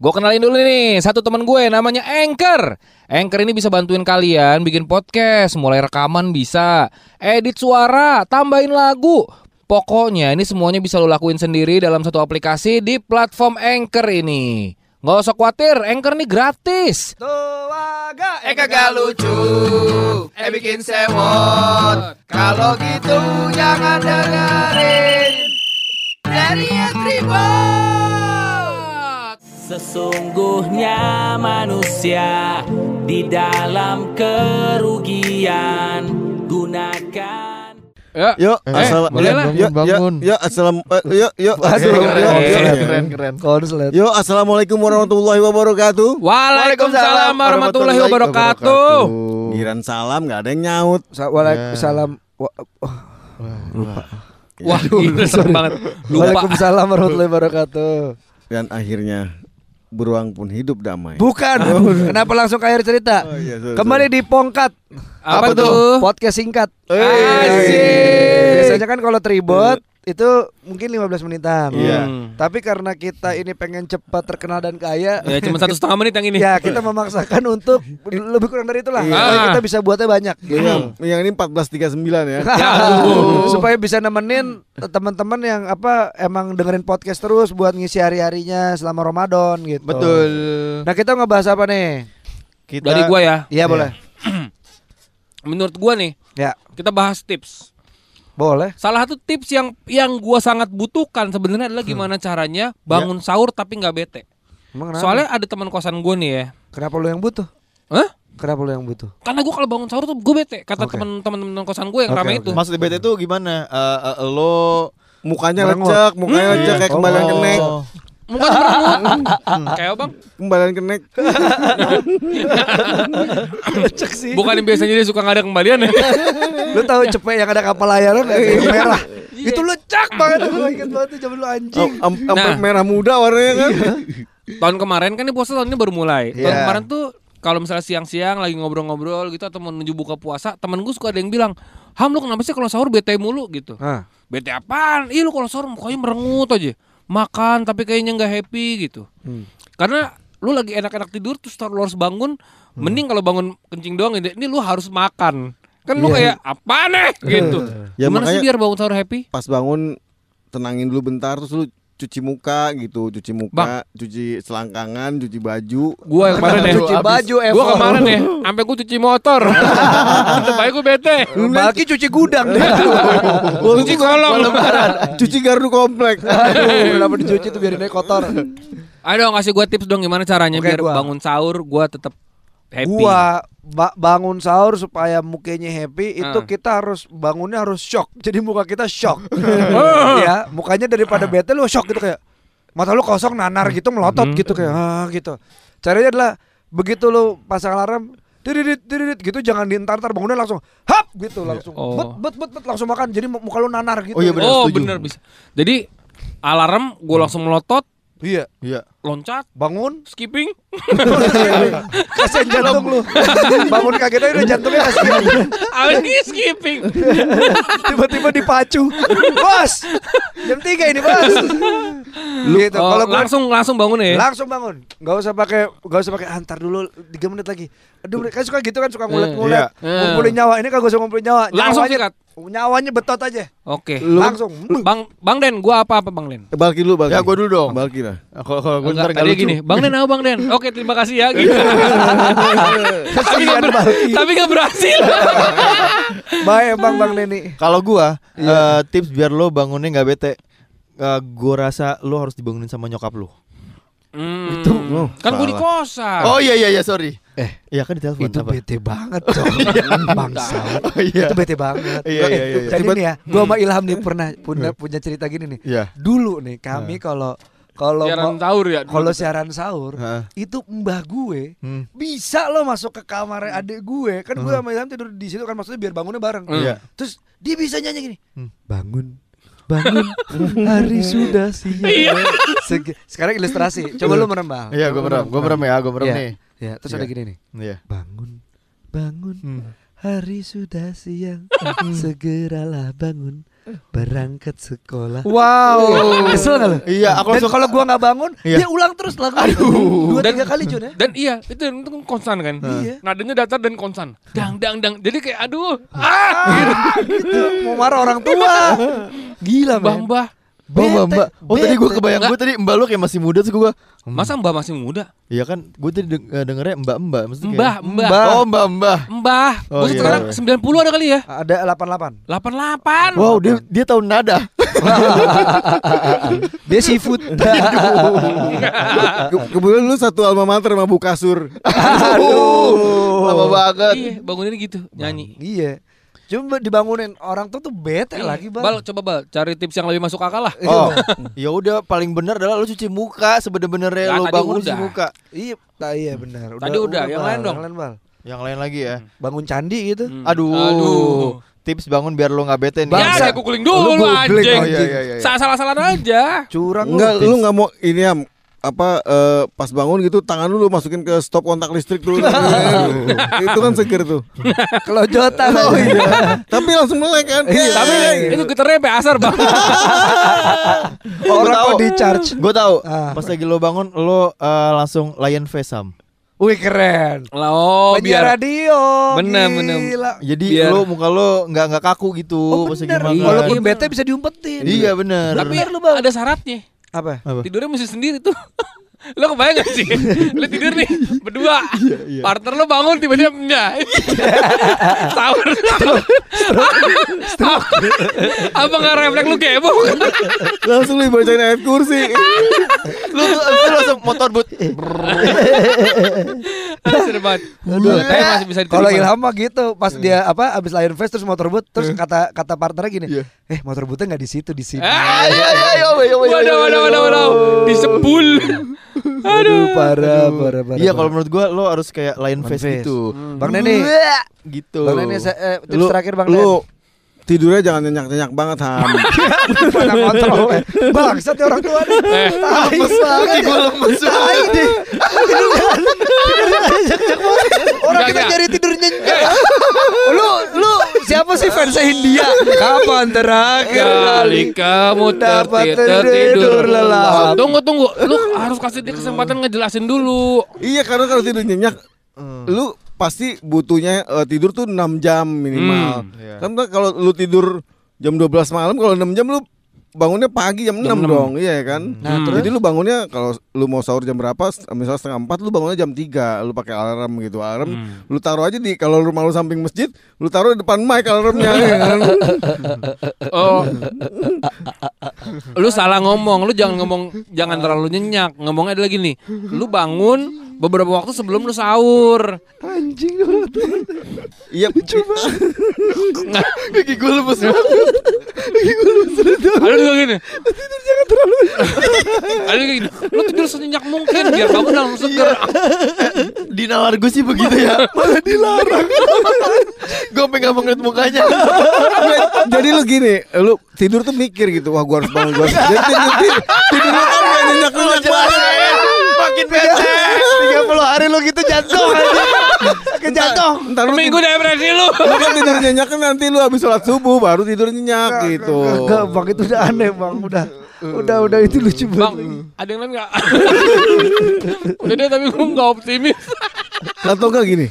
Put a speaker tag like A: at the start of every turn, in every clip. A: Gue kenalin dulu nih, satu teman gue namanya Anchor. Anchor ini bisa bantuin kalian bikin podcast, mulai rekaman bisa, edit suara, tambahin lagu. Pokoknya ini semuanya bisa lo lakuin sendiri dalam satu aplikasi di platform Anchor ini. Nggak usah khawatir, Anchor ini gratis.
B: Tuaga Eh kagak lucu Eh bikin sewot Kalau gitu jangan dengerin Dari Tribun
C: Sesungguhnya manusia di dalam kerugian gunakan
A: Ya.
D: Yuk,
A: Eh,
D: asal-
A: boleh lah.
D: Yuk,
E: Bangun.
D: Yuk, yuk, assalam- eh, yuk, yuk,
B: Keren,
D: aduh, yuk,
B: keren,
D: yuk.
B: keren, keren.
E: Konslet.
D: Yuk, assalamualaikum warahmatullahi wabarakatuh.
A: Waalaikumsalam warahmatullahi wabarakatuh.
D: Giran salam, nggak ada yang nyaut.
E: Waalaikumsalam. Wa- oh,
A: Wah, gila, serem banget. Lupa.
E: Waalaikumsalam warahmatullahi wabarakatuh.
D: Dan akhirnya beruang pun hidup damai.
E: Bukan. Kenapa langsung kayak cerita?
D: Oh, iya, sorry,
E: Kembali di Pongkat.
A: Apa tuh?
E: Podcast singkat.
A: Asik.
E: Biasanya kan kalau tribut itu mungkin 15 menitan.
D: Iya.
A: Hmm.
E: Tapi karena kita ini pengen cepat terkenal dan kaya,
A: Ya cuma satu setengah menit yang ini.
E: ya kita memaksakan untuk lebih kurang dari itulah.
D: Iya.
E: Supaya Kita bisa buatnya banyak. gitu.
B: Hmm.
D: Yang, yang ini 1439 ya.
E: supaya bisa nemenin teman-teman yang apa emang dengerin podcast terus buat ngisi hari-harinya selama Ramadan gitu.
B: Betul
E: Nah, kita ngebahas apa nih?
B: Kita
A: Dari gue ya.
E: Iya, boleh.
A: Menurut gue nih,
E: Ya,
A: kita bahas tips.
E: boleh.
A: Salah satu tips yang yang gue sangat butuhkan sebenarnya adalah
E: Hmm.
A: gimana caranya bangun sahur tapi nggak bete.
E: Emang Ya. kenapa?
A: Soalnya ada teman kosan gue nih ya.
E: kenapa lu yang butuh?
A: Hah?
E: Kenapa lu yang butuh?
A: Karena gue kalau bangun sahur tuh gue bete. Kata teman-teman teman kosan gue yang
E: Oke,
A: ramai
E: oke.
A: itu.
B: Maksud bete itu gimana? Eh, eh, Lo
D: Mukanya
E: Merengut.
D: lecek, mukanya lecek kayak kembalian
B: Oh.
D: kenek,
A: Muka temen gua. Kayak bang.
D: kembalian kenek.
A: Bukan yang biasanya dia suka nggak ada kembalian ya.
E: Lu tahu cepet yang ada kapal layar nggak? Yang merah. Itu lecak banget gua ingat banget tuh zaman lu
D: Oh,
E: anjing.
D: am- Sampai
A: Nah.
D: merah muda warnanya kan.
B: Iya.
A: tahun kemarin kan ini puasa tahun ini baru mulai. Tahun
E: Iya.
A: kemarin tuh kalau misalnya siang-siang lagi ngobrol-ngobrol gitu atau menuju buka puasa, temen gue suka ada yang bilang, Ham lu kenapa sih kalau sahur bete mulu gitu.
E: Hah.
A: Bete apaan? Ih lu kalau sahur mukanya merengut aja. Makan tapi kayaknya nggak happy gitu.
E: Hmm.
A: Karena lu lagi enak-enak tidur terus tar- lu harus bangun,
E: Hmm.
A: mending kalau bangun kencing doang ya, ini, ini lu harus makan. Kan lu
E: Iya.
A: kayak apa nih gitu.
D: Ya,
A: Gimana sih
D: makanya-
A: biar bangun sahur happy?
D: Pas bangun tenangin dulu bentar terus lu cuci muka gitu, cuci muka, cuci selangkangan, cuci baju.
A: Gua yang kemarin ya.
E: Cuci baju Evo.
A: Gua kemarin ya, sampai gua cuci motor. Sampai gua bete.
E: Balki cuci gudang deh.
A: Cuci kolong.
D: Nah, cuci gardu komplek.
E: Aduh, kenapa dicuci tuh biarin aja kotor.
A: Ayo dong kasih gue tips dong gimana caranya
E: Oke,
A: biar
E: gua.
A: bangun sahur gue tetap happy.
E: Gua ba- bangun sahur supaya mukanya happy itu
A: Ah.
E: kita harus bangunnya harus shock. Jadi muka kita shock. ya, mukanya
A: Ah.
E: daripada bete lu shock gitu kayak mata lu kosong nanar gitu
A: Hmm.
E: melotot gitu kayak ah gitu. Caranya adalah begitu lu pasang alarm Dididit, dididit gitu jangan diantar-antar bangunnya langsung hap gitu langsung
A: Oh.
E: bet, bet bet bet langsung makan jadi mu- muka lu nanar gitu
B: Oh, iya, bener,
A: oh
B: setuju.
A: bener bisa. Jadi alarm gue langsung melotot,
E: iya
B: Iya
A: loncat,
E: bangun
A: skipping.
E: kasihan jantung lu bangun kaget aja udah jantungnya kasihan
A: Awalnya ini skipping.
E: tiba-tiba dipacu bos jam 3 ini bos gitu
A: Oh,
E: kalau gua-
A: langsung langsung bangun ya.
E: langsung bangun nggak usah pakai nggak usah pakai antar dulu 3 menit lagi aduh kan suka gitu kan suka ngulet-ngulet
A: Iya. Iya.
E: ngumpulin nyawa ini kagak usah ngumpulin nyawa
A: Langsung
E: nyawanya,
A: sikat.
E: nyawanya betot aja
A: Oke.
E: langsung hmm,
A: Bang Bang Den, gue apa apa Bang Den?
D: Balki dulu, Balki.
B: Ya gua dulu dong Nah,
D: Balki lah.
B: Kalau kalau gua
A: Enggak,
B: ntar nggak
A: tadi
B: lucu.
A: gini, Bang Den apa Bang Den? Oke, terima kasih ya gitu. tapi nggak ber- tapi nggak berhasil.
E: bye bang bang Neni
B: Kalau gua eh, tips biar lo bangunnya nggak bete, Eh, gua rasa lo harus dibangunin sama nyokap lo.
A: Hmm,
D: Itu, oh,
A: kan gue di
D: salah.
A: kosan.
B: Oh iya iya iya sorry.
E: Eh.
B: iya kan di telepon
E: itu
B: apa?
E: bete banget Cok. bangsa
B: Oh, iya.
E: itu bete banget
B: Iya, iya, iya, iya.
E: jadi
B: Tiba- Hmm.
E: nih ya gua sama Ilham nih pernah punya punya cerita gini nih
B: Iya. Hmm.
E: dulu nih kami kalau kalau mau-
A: Siaran sahur ya. dulu.
E: kalau siaran sahur
B: Heeh.
E: itu mbah gue
B: Hmm.
E: bisa lo masuk ke kamar adik gue kan gue sama Ilham tidur di situ kan maksudnya biar bangunnya bareng
B: Iya.
E: terus dia bisa nyanyi gini
B: Hmm.
E: bangun bangun hari sudah siang Sege- sekarang ilustrasi coba lo merembang
B: Iya, gua merem, gua merem ya, gua merem
E: Iya.
B: nih.
E: ya terus
B: Iya.
E: ada gini nih
B: Iya.
E: bangun bangun
B: Hmm.
E: hari sudah siang segeralah bangun berangkat sekolah. Eh,
B: Wow.
E: Kesel nggak lu?
B: Iya, aku
E: Dan
B: langsung
E: kalau gua nggak bangun,
B: Iya.
E: dia ulang terus lagu. Dua
A: Dan-
E: tiga kali Jun ya.
A: Dan iya, itu itu kan konstan kan.
B: Nah.
E: Iya.
A: Nadanya datar dan konstan. Dang dang dang. Jadi kayak aduh.
B: Nah,
A: Ah,
E: Gitu. Mau marah orang tua.
B: ya?
E: Gila,
A: Mbah
E: Bang.
A: Mbah.
B: Mbak, mbak, mbak. Oh tadi gue
E: Bete.
B: kebayang gue tadi mbak lu kayak masih muda tuh gue.
A: Masa Mbah masih muda?
B: Iya kan, gue tadi deng- eh, dengernya mbak mbak. maksudnya
A: Mbah,
B: kayak-
A: Mbah.
B: Oh mbak mbah.
A: Mbah.
B: Oh,
A: Maksud
B: iya,
A: sekarang
B: iya.
A: 90 ada kali ya?
E: Ada 88.
A: 88.
B: Wow, dia dia tahu nada.
E: Dia seafood.
D: Ke- Kebetulan lu satu alma mater sama Bu Kasur.
B: Aduh, lama banget.
A: Iya, bangunin gitu, nyanyi.
E: iya. Cuma dibangunin orang tuh tuh bete lagi, Bang.
A: Iya, Bal, coba Bal, cari tips yang lebih masuk akal lah.
B: Oh, ya udah paling benar adalah lu cuci muka
A: Lah,
B: sebener-benernya lu
A: tadi
B: bangun lu
A: udah.
B: cuci muka.
E: Iya, nah, iya benar.
A: Tadi udah, yang
E: Bal.
A: lain dong.
E: Bal.
B: Yang lain lagi ya.
E: Bangun candi gitu.
A: Hmm.
B: Aduh.
A: Aduh.
B: Tips bangun biar lu nggak bete nih.
A: Ya,
E: Bangsa.
A: ada googling dulu
E: Lu googling,
A: anjing.
B: Oh iya iya iya.
A: Sa- Salah-salahan aja.
E: Curang lu.
D: Enggak, lu nggak mau ini ya apa eh, pas bangun gitu tangan lu lu masukin ke stop kontak listrik dulu itu kan seger tuh
E: kelojotan. Iya. Oh iya.
D: tapi langsung melek kan
A: Iya, Tapi
B: Iya.
A: itu getarnya sampai asar, Bang.
E: Orang
B: tahu.
E: kok di charge.
B: Gue tahu.
E: Ah.
B: Pas lagi lu bangun lu eh, langsung lion face Sam.
E: Wih keren.
A: Lah, Oh,
E: Penyiar
A: biar
E: radio.
A: Bener, bener.
E: Gila. Iya.
B: Jadi
A: Biar-
B: lu muka lu nggak nggak kaku gitu
E: Oh,
B: pas lagi
E: bener.
B: makan.
E: Walaupun
A: Iya,
E: bete bisa diumpetin.
B: Iya bener.
A: tapi
E: Bener lu, Bang.
A: ada syaratnya.
E: Apa?
B: Apa?
A: Tidurnya mesti sendiri tuh. lo kebayang gak sih? lo tidur nih berdua. Partner lo bangun tiba-tiba enggak. Sahur. Stroke. Apa nggak refleks lu kepo?
D: langsung lu bacain ayat kursi
A: Iya.
B: lu, tuh- lu langsung motor but.
A: Ah, Seru banget. Tapi masih bisa diterima.
E: Kalau Ilham mah gitu, pas dia apa abis Lion Fest terus motor boot terus kata kata partnernya gini, eh motor bootnya nggak di situ di sini.
A: Ah,
B: Ayo ayo ayo ayo. ayo,
A: Waduh,
B: ayo,
A: waduh,
B: ayo.
A: waduh, waduh. Disepul.
E: Aduh,
A: Eh,
E: parah, parah, parah.
B: Iya
E: parah.
B: kalau menurut gua lo harus kayak lion face,
E: face.
B: gitu.
E: Bang Nene.
B: Wah, gitu.
E: Bang Nene, saya- eh, tips
D: Lu-
E: terakhir Bang
D: lu tidurnya jangan nyenyak nyenyak banget ham
E: Nene. Mana kontrol? eh. Bangsat nih orang tua nih.
A: Eh,
E: Tai banget. ya.
B: Gua lemes.
E: Tai deh. Orang kita
A: Enggak,
E: nyari tidur nyenyak. Lu lu siapa sih fansnya India? Kapan terakhir
A: Kali kamu
E: Dapat
A: terti-
E: tertidur
A: tertidur
E: lelap.
A: Tunggu tunggu, lu harus kasih dia kesempatan ngejelasin dulu.
D: iya karena kalau tidur nyenyak lu pasti butuhnya eh, tidur tuh 6 jam minimal
A: Hmm.
B: Iya.
D: Kan kalau lu tidur jam 12 malam kalau 6 jam lu bangunnya pagi jam, 6,
A: 6.
D: dong, iya kan?
A: Nah,
D: Hmm.
A: terus?
D: Jadi lu bangunnya kalau lu mau sahur jam berapa, s- misalnya setengah 4 lu bangunnya jam 3, lu pakai alarm gitu. Alarm lu taruh aja di kalau rumah lu samping masjid, lu taruh di depan mic alarmnya. ya kan?
A: Oh. lu salah ngomong, lu jangan ngomong jangan terlalu nyenyak. Ngomongnya adalah gini, lu bangun beberapa waktu sebelum lu sahur.
E: Anjing
D: Iya, coba.
B: Gigi gua lemes. banget.
A: Ada juga gini. Ada juga gini. Lu tidur senyenyak mungkin biar bangun langsung seger.
B: Di nalar gua sih begitu ya. Malah dilarang. gua pengen nggak mau ngeliat mukanya.
D: Jadi lu gini, lu tidur tuh mikir gitu, wah gua harus bangun, gua harus. Jadi tidur, tidur, tidur lu kan gak
B: Lu
D: nyenyak-nyenyak
B: jelasin
D: banget.
B: ya. Makin bete. 30 hari lu gitu jantung aja.
E: Sakit jatuh.
D: Ntar lu
A: Minggu depresi lu.
D: Lu kan tidur nyenyak kan nanti lu habis sholat subuh baru tidur nyenyak gitu.
E: Enggak, Bang itu udah aneh, Bang. Udah udah udah itu lucu
A: Bang,
E: banget.
A: ada yang lain gak? Udah deh tapi gue gak optimis
D: Atau enggak gini.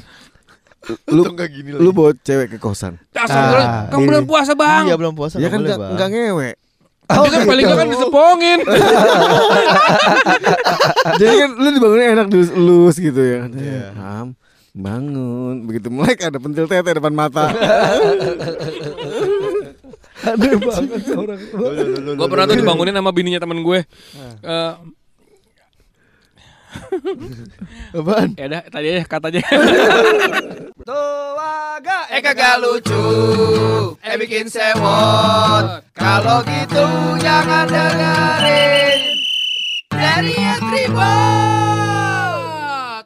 D: Lu
B: Untung nggak gini
D: lu bawa cewek ke kosan.
A: Dasar lu, kamu bulan puasa bang
B: Ah, Iya belum Oh. puasa.
D: Ya
B: nggak
D: kan
B: boleh,
D: enggak
B: Bang.
D: enggak ngewe.
A: Dia kan paling gak kan disepongin
D: Jadi kan lu dibangunin enak dilus gitu ya.
B: Iya.
D: Ham, bangun. Begitu melek ada pentil tete depan mata.
E: Aneh banget orang.
A: Gue pernah tuh dibangunin sama bininya temen gue Eh,
B: Apaan?
A: Ya dah, tadi aja katanya
E: Tuaga
F: Eh kagak lucu, eh bikin sewot. Kalau gitu jangan dengerin dari Tribun.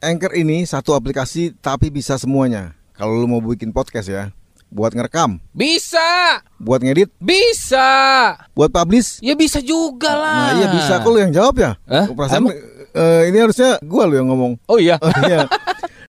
D: Anchor ini satu aplikasi tapi bisa semuanya. Kalau lu mau bikin podcast ya, buat ngerekam,
A: Bisa
D: buat ngedit,
A: Bisa
D: buat publish.
A: Ya bisa juga lah
D: Nah, iya bisa. Kok lu yang jawab ya?
A: Hah?
D: Perasaan eh, ini harusnya gua lu yang ngomong.
A: Oh iya
D: Oh iya.